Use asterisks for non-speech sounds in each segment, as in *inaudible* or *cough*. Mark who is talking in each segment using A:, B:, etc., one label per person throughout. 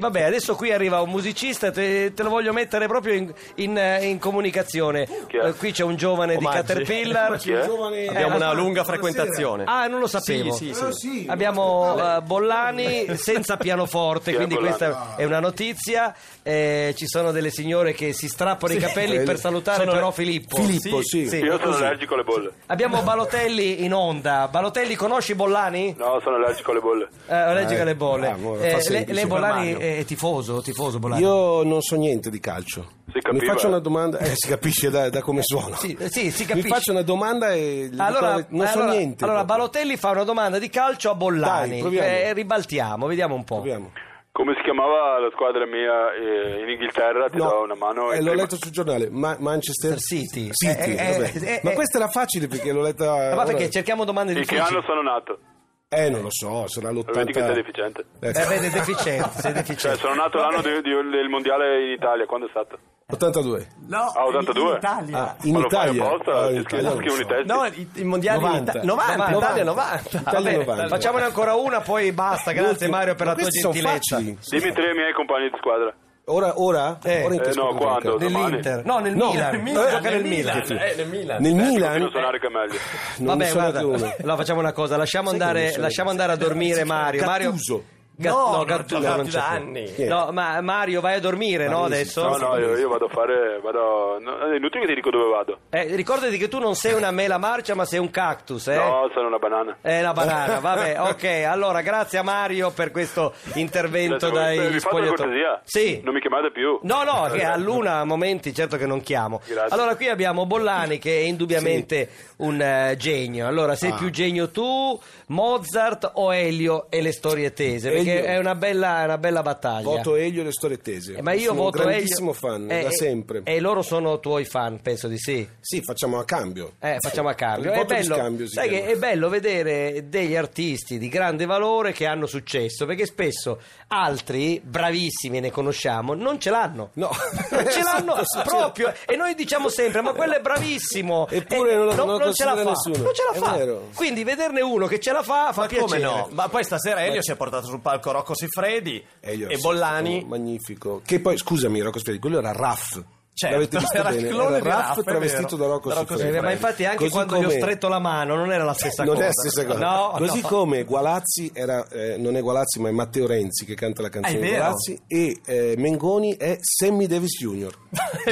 A: Vabbè, adesso qui arriva un musicista, te, te lo voglio mettere proprio in, in, eh, in comunicazione.
B: Chi è?
A: Eh, qui c'è un giovane di
B: *laughs* Omaggi.
A: Caterpillar.
B: Chi è?
A: Eh,
B: Abbiamo una
A: la-
B: lunga frequentazione.
A: Ah, non lo sapevo.
B: Sì, sì, sì.
A: Abbiamo eh, Bollani senza pianoforte,
B: Chi è
A: quindi
B: Bollani?
A: questa è una notizia. Eh, ci sono delle signore che si strappano i capelli
C: Quelle-
A: per salutare
C: sono-
A: però Filippo.
C: Filippo, sì.
A: Sì.
B: Io sono allergico alle bolle.
A: Abbiamo Balotelli in onda. Balotelli, conosci Bollani?
B: No, sono allergico alle bolle.
A: Eh, allergico alle bolle.
C: bravo, fa
A: Eh, lei-
C: semplice.
A: lei Bollani
C: Supermano.
A: è tifoso, tifoso Bollani.
C: Io non so niente di calcio.
B: Si
C: Mi
B: capiva?
C: faccio una domanda, eh, si capisce da, da come suono.
A: Sì, sì, si
C: Mi
A: capisce.
C: faccio una domanda e gli dico- non so
A: allora-
C: niente.
A: allora
C: proprio.
A: Balotelli fa una domanda di calcio a Bollani.
C: Dai, proviamo.
A: Eh, ribaltiamo, vediamo un po'.
C: Proviamo.
B: Come si chiamava la squadra mia eh, in Inghilterra? Ti do una mano.
C: eh,
B: in
C: l'ho
B: prima.
C: letto sul giornale, Ma- Manchester
A: City.
C: City,
A: Eh, eh,
C: vabbè.
A: eh, eh,
C: ma
A: eh.
C: questa era facile perché l'ho letta.
A: Eh, Ma perché
C: ora-
A: cerchiamo domande
B: In che
A: difficili?
B: anno sono nato?
C: Eh, non lo so, sarà
B: Lo vedi che sei
C: l'80.
B: deficiente.
A: Eh, beh, sei deficiente, sei
B: Cioè,
A: deficiente.
B: sono nato l'anno di- di- del mondiale in Italia. Quando è stato?
C: 82.
D: No,
B: Ah, 82.
D: in Italia.
C: Ah, in
B: Ma lo fai
C: Italia.
B: apposta?
C: Ah,
B: Ti scrivi-
C: in Italia,
B: scrivi
C: non
B: un
C: so.
B: testi?
D: No, i i mondiali
C: 90.
D: in Ita- 90, Italia 90.
C: Italia
A: Vabbè,
C: 90.
A: Facciamone ancora una, poi basta. Grazie
C: L'ultimo.
A: Mario per
C: Ma
A: la tua
C: questi sono
A: gentilezza.
C: facili.
B: Dimmi tre miei compagni di squadra.
C: Ora, ora?
A: Eh,
C: Ora in che
B: eh, no,
C: squadra
B: quando? Eh,
C: gioca?
A: Nell'Inter. No, nel
C: No,
A: Milan.
C: nel
A: Milan,
C: Milan,
A: Gioca nel Milan.
D: Eh, nel Milan.
C: Nel
B: Continua a
C: Milan?
B: suonare camelli.
C: Non ne
A: Vabbè,
C: so
A: guarda,
C: neanche
A: *laughs*
C: uno.
A: allora facciamo una cosa, lasciamo
C: Sai che non
A: andare,
C: so
A: lasciamo
C: neanche.
A: andare a dormire Mario. Mario
C: Gattuso.
A: Ga-
D: No,
A: no,
D: non
A: Gattuso
D: gioca
A: non
D: più
A: c'è
D: da
A: più.
D: anni.
C: Chi è?
A: No, ma Mario vai a dormire, no, adesso?
B: No, no, io, io vado a fare. Vado. no, è inutile che ti dico dove vado.
A: Eh, ricordati che tu non sei una mela marcia, ma sei un cactus, eh?
B: No, sono una banana.
A: Eh, la
B: *laughs*
A: banana, vabbè, ok. Allora, grazie a Mario per questo intervento
B: Adesso, eh,
A: dai
B: vi faccio una
A: spogliatoi.
B: cortesia.
A: Sì.
B: Non mi chiamate più.
A: No, no, che a luna a momenti certo che non chiamo.
B: Grazie.
A: Allora qui abbiamo Bollani che è indubbiamente un eh, genio. Allora
C: Ah.
A: sei più genio tu, Mozart o Elio e le storie tese? Perché
C: Elio.
A: è una bella, una bella battaglia.
C: Voto Elio e le storie tese.
A: Eh, ma io
C: Sono
A: voto
C: un
A: Elio.
C: grandissimo fan,
A: Eh,
C: da
A: eh,
C: sempre.
A: E loro sono tuoi fan, penso di sì.
C: Sì, facciamo a cambio.
A: Eh, facciamo a cambio.
C: Il
A: È
C: voto di
A: bello,
C: scambio si
A: sai che
C: chiama.
A: è bello vedere degli artisti di grande valore che hanno successo, perché spesso altri, bravissimi, ne conosciamo, non ce l'hanno.
C: No.
A: Non ce l'hanno
C: *laughs* Sì, sì,
A: proprio. E noi diciamo sempre, ma quello è bravissimo.
C: Eppure
A: E
C: non lo- non lo
A: ce la fa.
C: considera nessuno.
A: Non ce la
C: È
A: fa.
C: vero.
A: Quindi vederne uno che ce la fa fa
D: Ma
A: piacere.
D: come no? Ma poi stasera Elio si è portato sul palco Rocco Siffredi
A: Eh,
D: Eh,
C: Elio è
D: e
C: stato
D: Bollani.
C: Magnifico. Che poi, scusami, Rocco Siffredi, quello era Raff.
D: Certo,
C: L'avete visto
D: era il
C: bene?
D: clone
C: era
D: di
C: Raff
D: Raff, è
C: travestito
D: vero.
C: da Rocco
D: Da Rocco
C: Siffredi.
A: Eh, Ma infatti anche
C: Così
A: quando gli ho
C: come-
A: stretto la mano non era la stessa
C: non
A: cosa.
C: è la stessa cosa.
A: No,
C: Così
A: no.
C: come Gualazzi era, eh, non è Gualazzi, ma è Matteo Renzi che canta la canzone
D: Ah, è
C: di
D: vero.
C: Gualazzi. E eh, Mengoni è Sammy Davis Jr.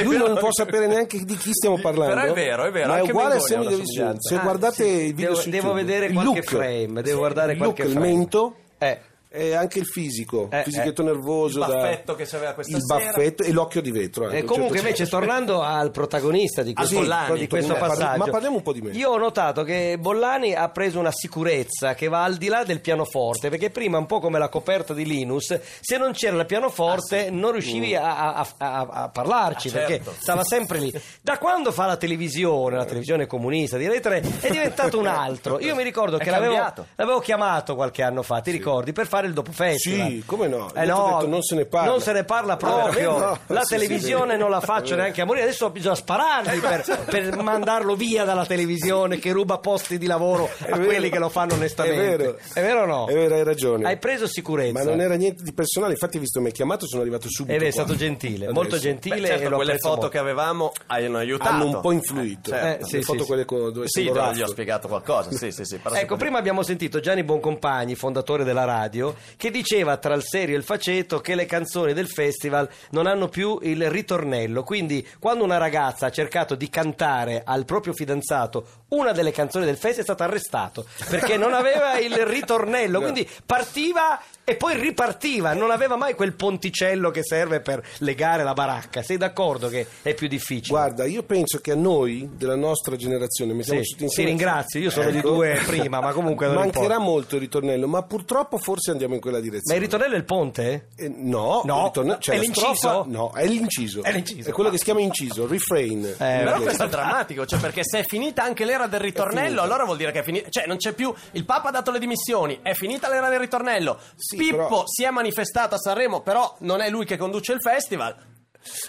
C: Lui non può sapere neanche di chi stiamo parlando.
D: Però è vero, è vero,
C: Ma è
D: anche
C: uguale a
D: Mengoni ha
C: Sammy
D: una
C: Davis Jr.
D: somiglianza.
C: Se
A: Ah,
C: guardate
A: sì.
C: il video
A: Devo-
C: su
A: devo
C: YouTube,
A: vedere
C: il
A: qualche
C: look,
A: frame, devo guardare
C: il
A: qualche
C: look,
A: frame.
C: il mento.
A: Eh.
C: E anche il fisico,
A: Eh, eh.
C: fisichetto nervoso,
D: Il
C: da-
D: baffetto che c'aveva questa
C: il
D: sera.
C: baffetto e l'occhio di vetro. anche,
A: Eh,
C: un
A: comunque
C: certo Ah,
A: invece tornando al protagonista di questo,
D: Al Bollani.
A: di questo
C: Ma parli-
A: passaggio
C: ma parliamo un po' di me.
A: io ho notato che Bollani ha preso una sicurezza che va al di là del pianoforte perché prima un po' come la coperta di Linus se non c'era il pianoforte
C: Ah,
A: non
C: Mm.
A: riuscivi a, a- a- a parlarci
D: Ah, certo.
A: perché stava sempre lì da quando fa la televisione la televisione comunista di Rai 3 è diventato un altro io mi ricordo
D: È
A: che l'avevo,
D: cambiato.
A: l'avevo chiamato qualche anno fa ti ricordi per fare il dopo festival
C: Sì, come no? Io t'ho detto, non se ne parla.
A: Eh, non se ne parla proprio
C: Eh, no.
A: la
C: Sì, sì,
A: televisione
C: sì.
A: non la faccio neanche a morire adesso bisogna
C: *laughs*
A: sparargli per, per mandarlo via dalla televisione che ruba posti di lavoro a *laughs*
C: vero.
A: quelli che lo fanno onestamente
C: È vero.
A: è vero o no?
C: È vero, hai ragione.
A: hai preso sicurezza
C: Ma non era niente di personale, infatti, visto mi hai chiamato, sono arrivato subito.
A: ed è
C: qua.
A: stato gentile
C: Adesso.
A: molto gentile
D: Beh, certo,
A: e lo
D: quelle
A: apprezzo
D: foto
A: molto.
D: che avevamo hanno aiutato.
C: Hanno un po' influito.
D: Eh, certo.
C: Le
A: Eh, sì,
C: foto
A: sì,
C: quelle co- dove
D: Sì,
C: sono
D: però
C: Raff.
D: gli ho spiegato qualcosa. Sì, sì, sì. però
A: Ecco,
D: sicuramente-
A: prima abbiamo sentito Gianni Boncompagni, fondatore della radio, che diceva tra il serio e il faceto che le canzoni del festival non hanno più il ritornello. Quindi, quando una ragazza ha cercato di cantare al proprio fidanzato una delle canzoni del festival, è stato arrestato perché non aveva il ritornello. Quindi partiva e poi ripartiva, non aveva mai quel ponticello che serve per legare la baracca. Sei d'accordo che è più difficile?
C: Guarda, io penso che a noi della nostra generazione, mettiamoci
A: Sì,
C: tutti insieme.
A: ti ringrazio, io sono
C: di
A: di due prima, ma comunque non
C: mancherà
A: importa.
C: molto il ritornello, ma purtroppo forse andiamo in quella
A: Ma il
C: direzione.
A: ritornello è il ponte?
C: Eh, no,
A: No,
C: il ritorne- cioè
A: è
C: la
A: l'inciso?
C: strofa- no, è l'inciso.
A: È l'inciso. Eh.
C: quello
A: Ah.
C: che si chiama inciso, refrain. in
A: però
D: Eh, Però
C: inglese.
D: questo è drammatico, cioè perché se è finita anche l'era del ritornello, allora vuol dire che è finita. Cioè, non c'è più. Il Papa ha dato le dimissioni, è finita l'era del ritornello.
C: Sì,
D: Pippo
C: però-
D: si è manifestato a Sanremo, però non è lui che conduce il festival.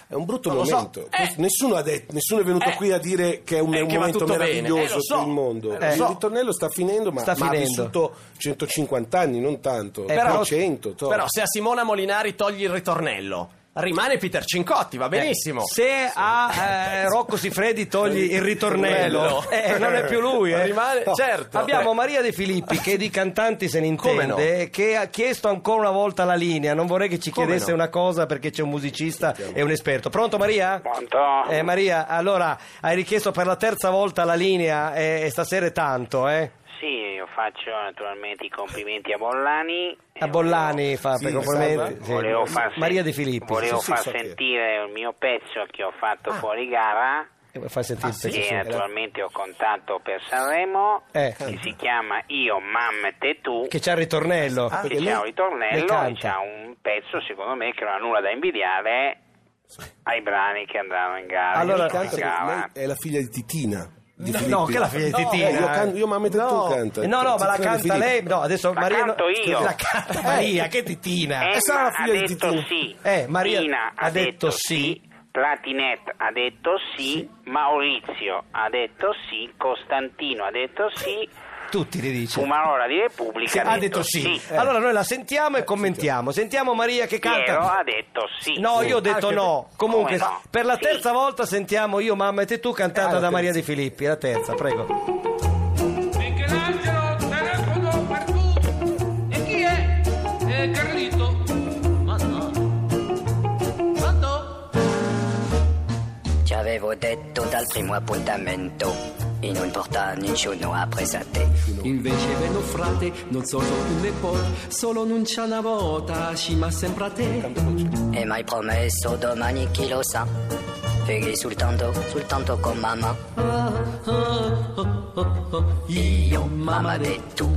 C: È un brutto
D: Non lo so.
C: momento.
D: Eh.
C: Nessuno, ha detto, nessuno è venuto
D: Eh.
C: qui a dire che è un,
D: Eh,
C: un
D: che va
C: momento
D: tutto bene. Eh,
C: meraviglioso
D: lo so.
C: per il mondo.
D: Eh, lo
C: il
D: so.
C: ritornello sta finendo, ma,
A: Sta
C: ma
A: finendo.
C: ha vissuto 150 anni, non tanto.
D: però,
C: 100. to.
D: però se a Simona Molinari togli il ritornello, rimane Peter Cincotti, va benissimo.
A: Se a eh, Rocco Siffredi togli il ritornello,
D: Ritornello.
A: eh, non è più lui. eh.
D: Rimane-
A: No.
D: certo.
A: Abbiamo Maria De Filippi che di cantanti se ne
D: Come
A: intende, che ha chiesto ancora una volta la linea. Non vorrei che ci
D: Come
A: chiedesse
D: no?
A: una cosa perché c'è un musicista e un esperto. Pronto Maria?
B: Pronto?
A: Eh, Maria, allora hai richiesto per la terza volta la linea eh, e, e stasera è tanto, eh?
E: Sì, io faccio naturalmente i complimenti a Bollani. eh,
A: A Bollani fa
C: Sì,
A: per
C: salva.
A: complimenti. sì.
E: Volevo far sen-
A: Maria De Filippi.
E: Volevo
C: sì, sì,
E: far
C: so chi è.
E: sentire il mio pezzo che ho fatto fuori gara,
A: Eh, Fai sentire il pezzo,
E: che
A: Ah. sì.
E: Ah, naturalmente ho contato per Sanremo,
A: Eh.
E: che si chiama Io, Mamme, Te, Tu,
A: Che c'ha il ritornello.
E: che c'è Ah, un
A: lei
E: ritornello e
A: canta.
E: c'ha un pezzo secondo me che non ha nulla da invidiare ai brani che andranno in gara.
A: Allora,
E: in
C: Canta perché
E: gara.
C: lei è la figlia di Titina. Di
A: No,
C: Filippi.
A: che è la figlia di
C: No,
A: Titina.
C: eh, io, can- io mamma e te
A: No.
C: tu canta.
A: Eh, No, no, ma la
C: Titina di
A: canta lei.
C: Filippi.
A: No, adesso
E: La
A: Maria.
E: canto
A: scusi,
E: io.
A: La canta Maria, che titina.
E: Emma
C: Eh, sarà la figlia
E: ha
C: di
E: detto
C: Titino.
E: sì,
A: Eh, Maria
E: Tina
A: ha detto sì.
E: Platinette ha detto sì, Maurizio ha detto sì, Costantino ha detto sì,
A: Tutti li dice.
E: Fumarola di Repubblica
A: ha detto sì. Eh. Allora noi la sentiamo
C: Eh,
A: e commentiamo. Sentiamo Maria che canta.
E: Piero ha detto sì.
A: No, io ho detto
D: Anche-
A: no. Comunque,
E: Come no?
A: per la
E: Sì.
A: terza volta sentiamo io, mamma e te tu
C: Eh,
A: cantata da Maria Di Filippi. La terza, prego.
F: Michelangelo, telefono per tu. E chi è? Eh, Carlito. Ma no. Santo.
G: Ci avevo detto dal primo appuntamento in un porta nessuno ha presente.
F: Invece vedo frate, non solo un nipote, solo non c'è una volta, ci ma sempre a te.
G: E mai promesso domani chi lo sa. Figli soltanto, soltanto con mamma.
F: Oh, oh, oh, oh.
G: Io, mamma di tu,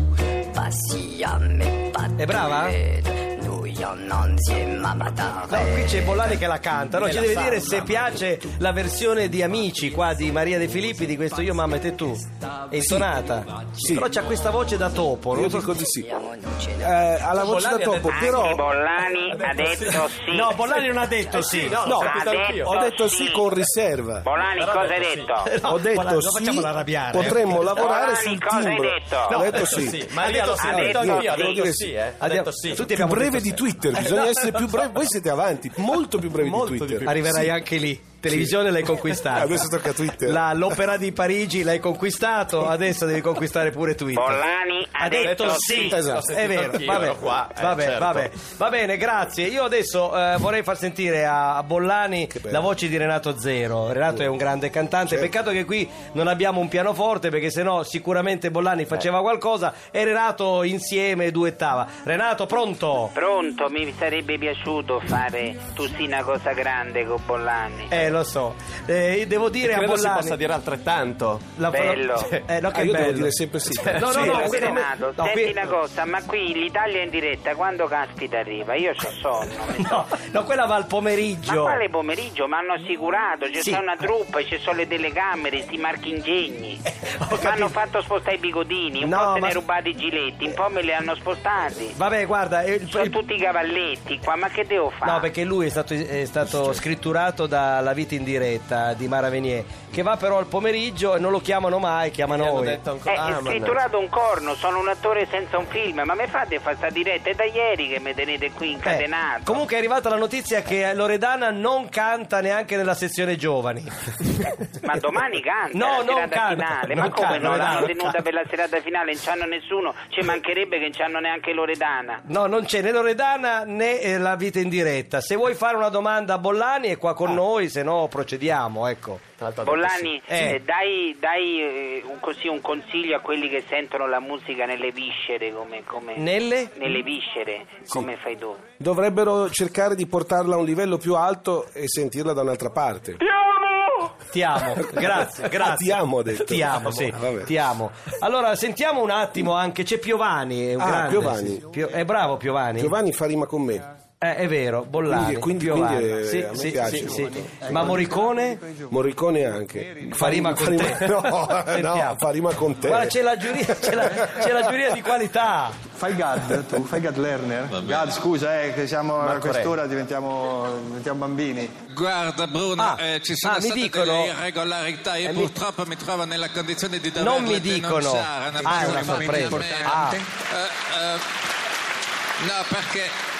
G: passi a me patto.
A: È brava?
G: Noi annanzi e mamma da
A: No, qui c'è Bollani che Eh, la canta, no,
D: Me
A: ci
D: la
A: deve
D: sa,
A: dire se
D: mamma
A: piace la versione di Amici qua di Maria De Filippi di questo Io mamma e te tu. È intonata.
C: Sì.
A: Però c'ha questa voce da topo,
C: Io
A: non so Cioè,
C: dico di sì.
G: Siamo non ce
C: Eh,
G: ne-
C: alla voce da
D: Bollani ha
C: topo,
D: detto-
C: però.
E: Anche Bollani ha detto sì.
A: No, Bollani "Ah, non ha detto Eh, sì.
D: no,
C: No,
D: l'ho capito anch'io.
C: ho detto sì con riserva.
E: Bollani cosa hai detto?
C: Ho detto
A: Bollani, non
C: sì,
A: facciamola arrabbiare, eh.
C: potremmo lavorare
E: Bollani,
C: sul
E: cosa hai
C: timbro.
E: detto?
C: Ho
E: No,
C: detto sì.
D: Ma ha
A: Maria
D: detto
A: lo
D: sì,
A: sa,
D: ho detto
A: ha detto
D: io, ha
C: sì.
D: detto sì, eh. Ha
A: Abbiamo-
D: detto sì.
A: tutti
C: Più
A: abbiamo
C: breve
A: detto
C: di
A: sì.
C: Twitter, bisogna essere più brevi. Voi siete avanti, molto più brevi
D: Molto
C: di
D: di
C: Twitter.
D: più.
A: Arriverai anche lì. Televisione l'hai conquistata.
C: Adesso tocca Twitter.
A: La- l'opera di Parigi l'hai conquistato, adesso devi conquistare pure Twitter.
E: Bollani ha, detto, sì.
C: Esatto.
A: È vero,
D: Anch'io,
A: vabbè,
D: ero qua, eh,
A: vabbè,
D: certo.
A: vabbè. va bene, grazie. Io adesso eh, vorrei far sentire a, a Bollani
C: bello.
A: la voce di Renato Zero. Renato è un grande cantante,
D: Certo.
A: peccato che qui non abbiamo un pianoforte perché sennò sicuramente
D: Eh.
A: Bollani faceva qualcosa e Renato insieme duettava. Renato, pronto?
E: Pronto, mi sarebbe piaciuto fare tutti una cosa grande con Bollani.
A: Eh, lo so. Eh, devo dire a
D: Credo si
A: Bollani...
D: possa dire altrettanto.
A: la-
E: Bello.
A: Eh, no, che
C: Ah, io
A: bello.
C: devo dire sempre sì.
A: No, no,
C: Sì,
A: no,
E: Però,
A: qui-
E: Renato,
A: no,
E: senti
A: qui-
E: una cosa, ma qui l'Italia in diretta quando caspita arriva? Io so sonno. mi
A: *laughs* No, no, quella va al
E: Ma
A: pomeriggio.
E: quale pomeriggio? Mi hanno assicurato, c'è
A: Sì.
E: stata una truppa, ci sono le telecamere, sti marchi ingegni.
A: *laughs* ho
E: Mi
A: capito.
E: hanno fatto spostare i bigodini, un
A: No,
E: po' se
A: ma-
E: ne rubate i giletti, un po' me li hanno spostati.
A: Vabbè, guarda, eh, il-
E: Sono
A: il-
E: tutti i cavalletti qua, ma che devo fare?
A: No, perché lui è stato, è stato scritturato da La vita in diretta di Mara Venier, che va però al pomeriggio e non lo chiamano mai, chiama
D: Mi hanno
A: noi.
D: detto
E: Eh,
D: ancora.
E: è
D: ah, mannaggia.
E: scritturato un corno, sono un attore senza un film, ma mi fate fare sta diretta? È da ieri che mi tenete qui
A: Eh,
E: incatenato.
A: comunque è arrivata la notizia che Loredana non canta neanche nella sezione
C: *laughs*
A: giovani.
E: Ma domani canta
A: No,
E: la
A: non
E: serata
A: canta,
E: finale.
A: non
E: ma come
A: canta,
E: no?
A: Loredana,
E: L'hanno
A: non
E: tenuta
A: canta.
E: per la serata finale, non c'hanno nessuno. Ci mancherebbe che non c'hanno neanche Loredana.
A: No, non
C: Ah.
A: c'è né Loredana né eh, La vita in diretta. Se vuoi fare una domanda a Bollani è qua con noi, se no no procediamo, ecco.
D: Tra l'altro ha detto
E: Bollani,
A: sì. Eh.
E: eh, dai, dai eh, un, così un consiglio a quelli che sentono la musica nelle viscere come, come-
A: Nelle?
E: viscere, come fai tu.
C: Dovrebbero cercare di portarla a un livello più alto e sentirla da un'altra parte.
E: Ti amo!
A: Ti
C: *laughs*
A: amo, grazie,
C: Ah,
A: grazie.
C: ti amo, ha detto.
A: Ti amo, sì,
C: Ah, vabbè.
A: ti amo. Allora, sentiamo un attimo anche, c'è Piovani, è un
C: Ah,
A: grande,
C: Piovani.
A: sì, sì. Pio- è bravo Piovani.
C: Giovanni fa rima con me.
A: Eh, è vero, Bollani,
C: Quindi- quindi-
A: Piovani.
C: quindi, eh,
A: Sì,
C: a me
A: sì,
C: piace
A: sì,
C: Piovani.
A: sì. Ma Morricone
C: Morricone anche.
A: fa rima con
C: Fa
A: te.
C: rima- No,
A: *laughs* Sentiamo.
C: no, fa rima con te.
A: Guarda, c'è la giuria, c'è la, c'è la giuria di qualità.
H: Fai Gad, tu fai Gad Lerner. Gad, scusa, eh, che siamo a
D: Marco Re.
H: quest'ora diventiamo, diventiamo bambini.
I: Guarda Bruno,
A: Ah,
I: eh, ci
A: ah,
I: sono
A: mi
I: state
A: dicono-
I: delle irregolarità io
A: Eh, mi-
I: purtroppo mi... trovo nella condizione di doverle
A: Non mi dicono.
I: denunciare, una
A: Ah, è una
I: persona
A: sorpresa.
I: familiarmente-
A: Ah.
I: Eh, eh, no, perché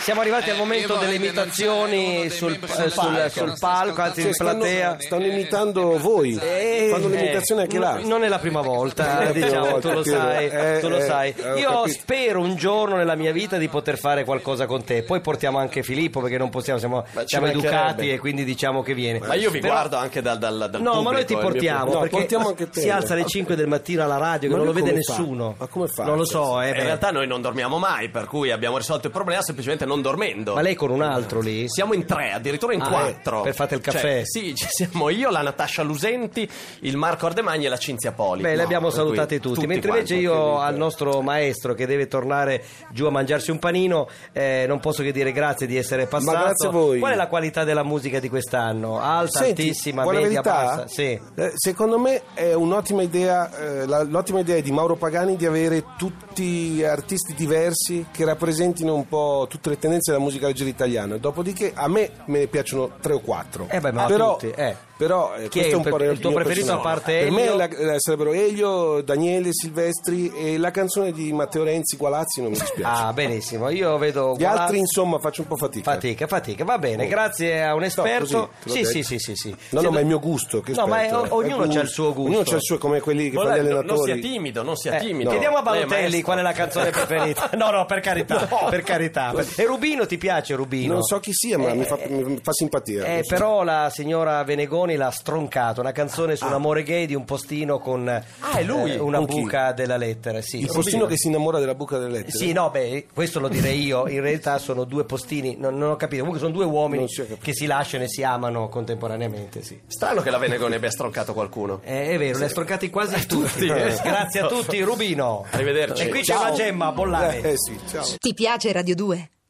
A: Siamo arrivati
I: Eh,
A: al
I: io
A: momento
I: vorrei
A: delle
I: denunciare uno
A: imitazioni
I: dei
A: sul,
I: membri
A: eh,
I: della
A: sul-
I: giuria che
A: sul
I: non sta
A: palco, anzi in
C: Cioè, stanno,
A: platea.
C: stanno imitando voi.
A: Eh,
C: Fanno l'imitazione anche
A: eh,
C: là.
A: n- Non è la prima
C: Non è
A: volta,
C: la prima
A: diciamo,
C: volta,
A: tu lo
C: Piero.
A: sai,
C: Eh,
A: tu lo
C: eh,
A: sai.
C: eh, ho
A: Io
C: capito.
A: spero un giorno nella mia vita di poter fare qualcosa con te. Poi portiamo anche Filippo perché non possiamo, siamo,
J: Ma ci
A: siamo
J: mancherebbe.
A: educati e quindi diciamo che viene.
J: Ma io vi
A: Però-
J: guardo anche dal, dal, dal
A: No, ma noi ti
J: pubblico,
D: eh,
J: il mio
A: portiamo
J: pubblico.
C: No,
A: perché
C: portiamo anche te.
A: si alza alle 5 del mattino alla radio che
C: Ma
A: non lo
C: lui
A: vede
C: come fa?
A: nessuno.
C: Ma come fa?
A: Non lo so, eh,
D: in
A: beh.
D: realtà noi non dormiamo mai, per cui abbiamo risolto il problema semplicemente non dormendo.
A: Ma lei con un altro lì?
D: Siamo in tre, addirittura in
A: Ah,
D: quattro.
A: eh, per fate il
D: Cioè,
A: caffè.
D: sì, *laughs* ci siamo io, la Natascia Lusenti, il Marco Ardemagni e la Cinzia Poli.
A: Beh, li
D: No,
A: abbiamo
D: per cui
A: salutati tutti, mentre
D: quanti.
A: invece io
C: eh.
A: al nostro maestro che deve tornare giù a mangiarsi un panino eh, non posso che dire grazie di essere passato.
C: grazie a voi.
A: Qual è la qualità della musica di quest'anno? Alta,
C: Senti,
A: altissima,
C: vuoi la
A: media,
C: verità?
A: bassa? Sì.
C: Eh, secondo me è un'ottima idea, eh, la- l'ottima idea di Mauro Pagani di avere tutti artisti diversi che rappresentino un po' tutte le tendenze della musica leggera italiana. Dopodiché a me me ne piacciono tre o quattro.
A: Eh beh, ma a
C: però,
A: tutti, eh.
C: però, eh,
A: Chi
C: questo
A: è
C: è un
A: il
C: po'
A: pre- il tuo
C: mio
A: preferito a
C: personale.
A: parte
C: Per me
A: Elio?
C: la- la- sarebbero Elio, Daniele, Silvestri e la canzone di Matteo Renzi Gualazzi non mi dispiace.
A: Ah, benissimo. Io vedo
C: Gli
A: Gualazzi-
C: altri insomma faccio un po' fatica.
A: Fatica, fatica, va bene, grazie a un esperto.
C: No, così,
A: sì,
C: te l'ho
A: sì,
C: detto.
A: sì, sì, sì.
C: No,
A: Sì,
C: no, ma è il mio gusto. Che
A: No, ma è-
C: esperto, eh.
A: ognuno
C: È
A: c'ha il suo gusto.
C: Ognuno c'ha il suo, Cioè, come quelli che fanno gli
D: Volendo, non
C: allenatori.
D: sia timido, non sia
A: Eh,
D: timido.
A: Chiediamo a
D: Lei è
A: Balotelli
D: maestro.
A: qual è la
C: *laughs*
A: canzone preferita. No, no, per carità, per carità. E Rubino ti piace Rubino?
C: Non so chi sia, ma mi, fa, mi fa simpatia.
A: Eh, però la signora Venegoni l'ha stroncato, una canzone
C: Ah.
A: su un amore gay di un postino con
D: è lui?
A: eh, una
C: Con chi?
A: buca della lettera. Sì,
C: il postino che si innamora della buca delle lettere.
A: Sì, no, beh, questo lo direi io. In realtà sono due postini, non, non ho capito. Comunque sono due uomini
C: Non si è capito.
A: che si lasciano e si amano contemporaneamente, sì.
D: Strano che la Venegone abbia stroncato qualcuno.
A: Eh, è vero, li ha stroncati
C: *laughs*
A: quasi tutti. Eh, *laughs* Grazie a tutti, Rubino.
D: Arrivederci.
A: E qui c'è
C: Ciao.
A: una
C: *laughs*
A: gemma, Bollani.
C: Eh, sì, ciao.
K: Ti piace Radio 2?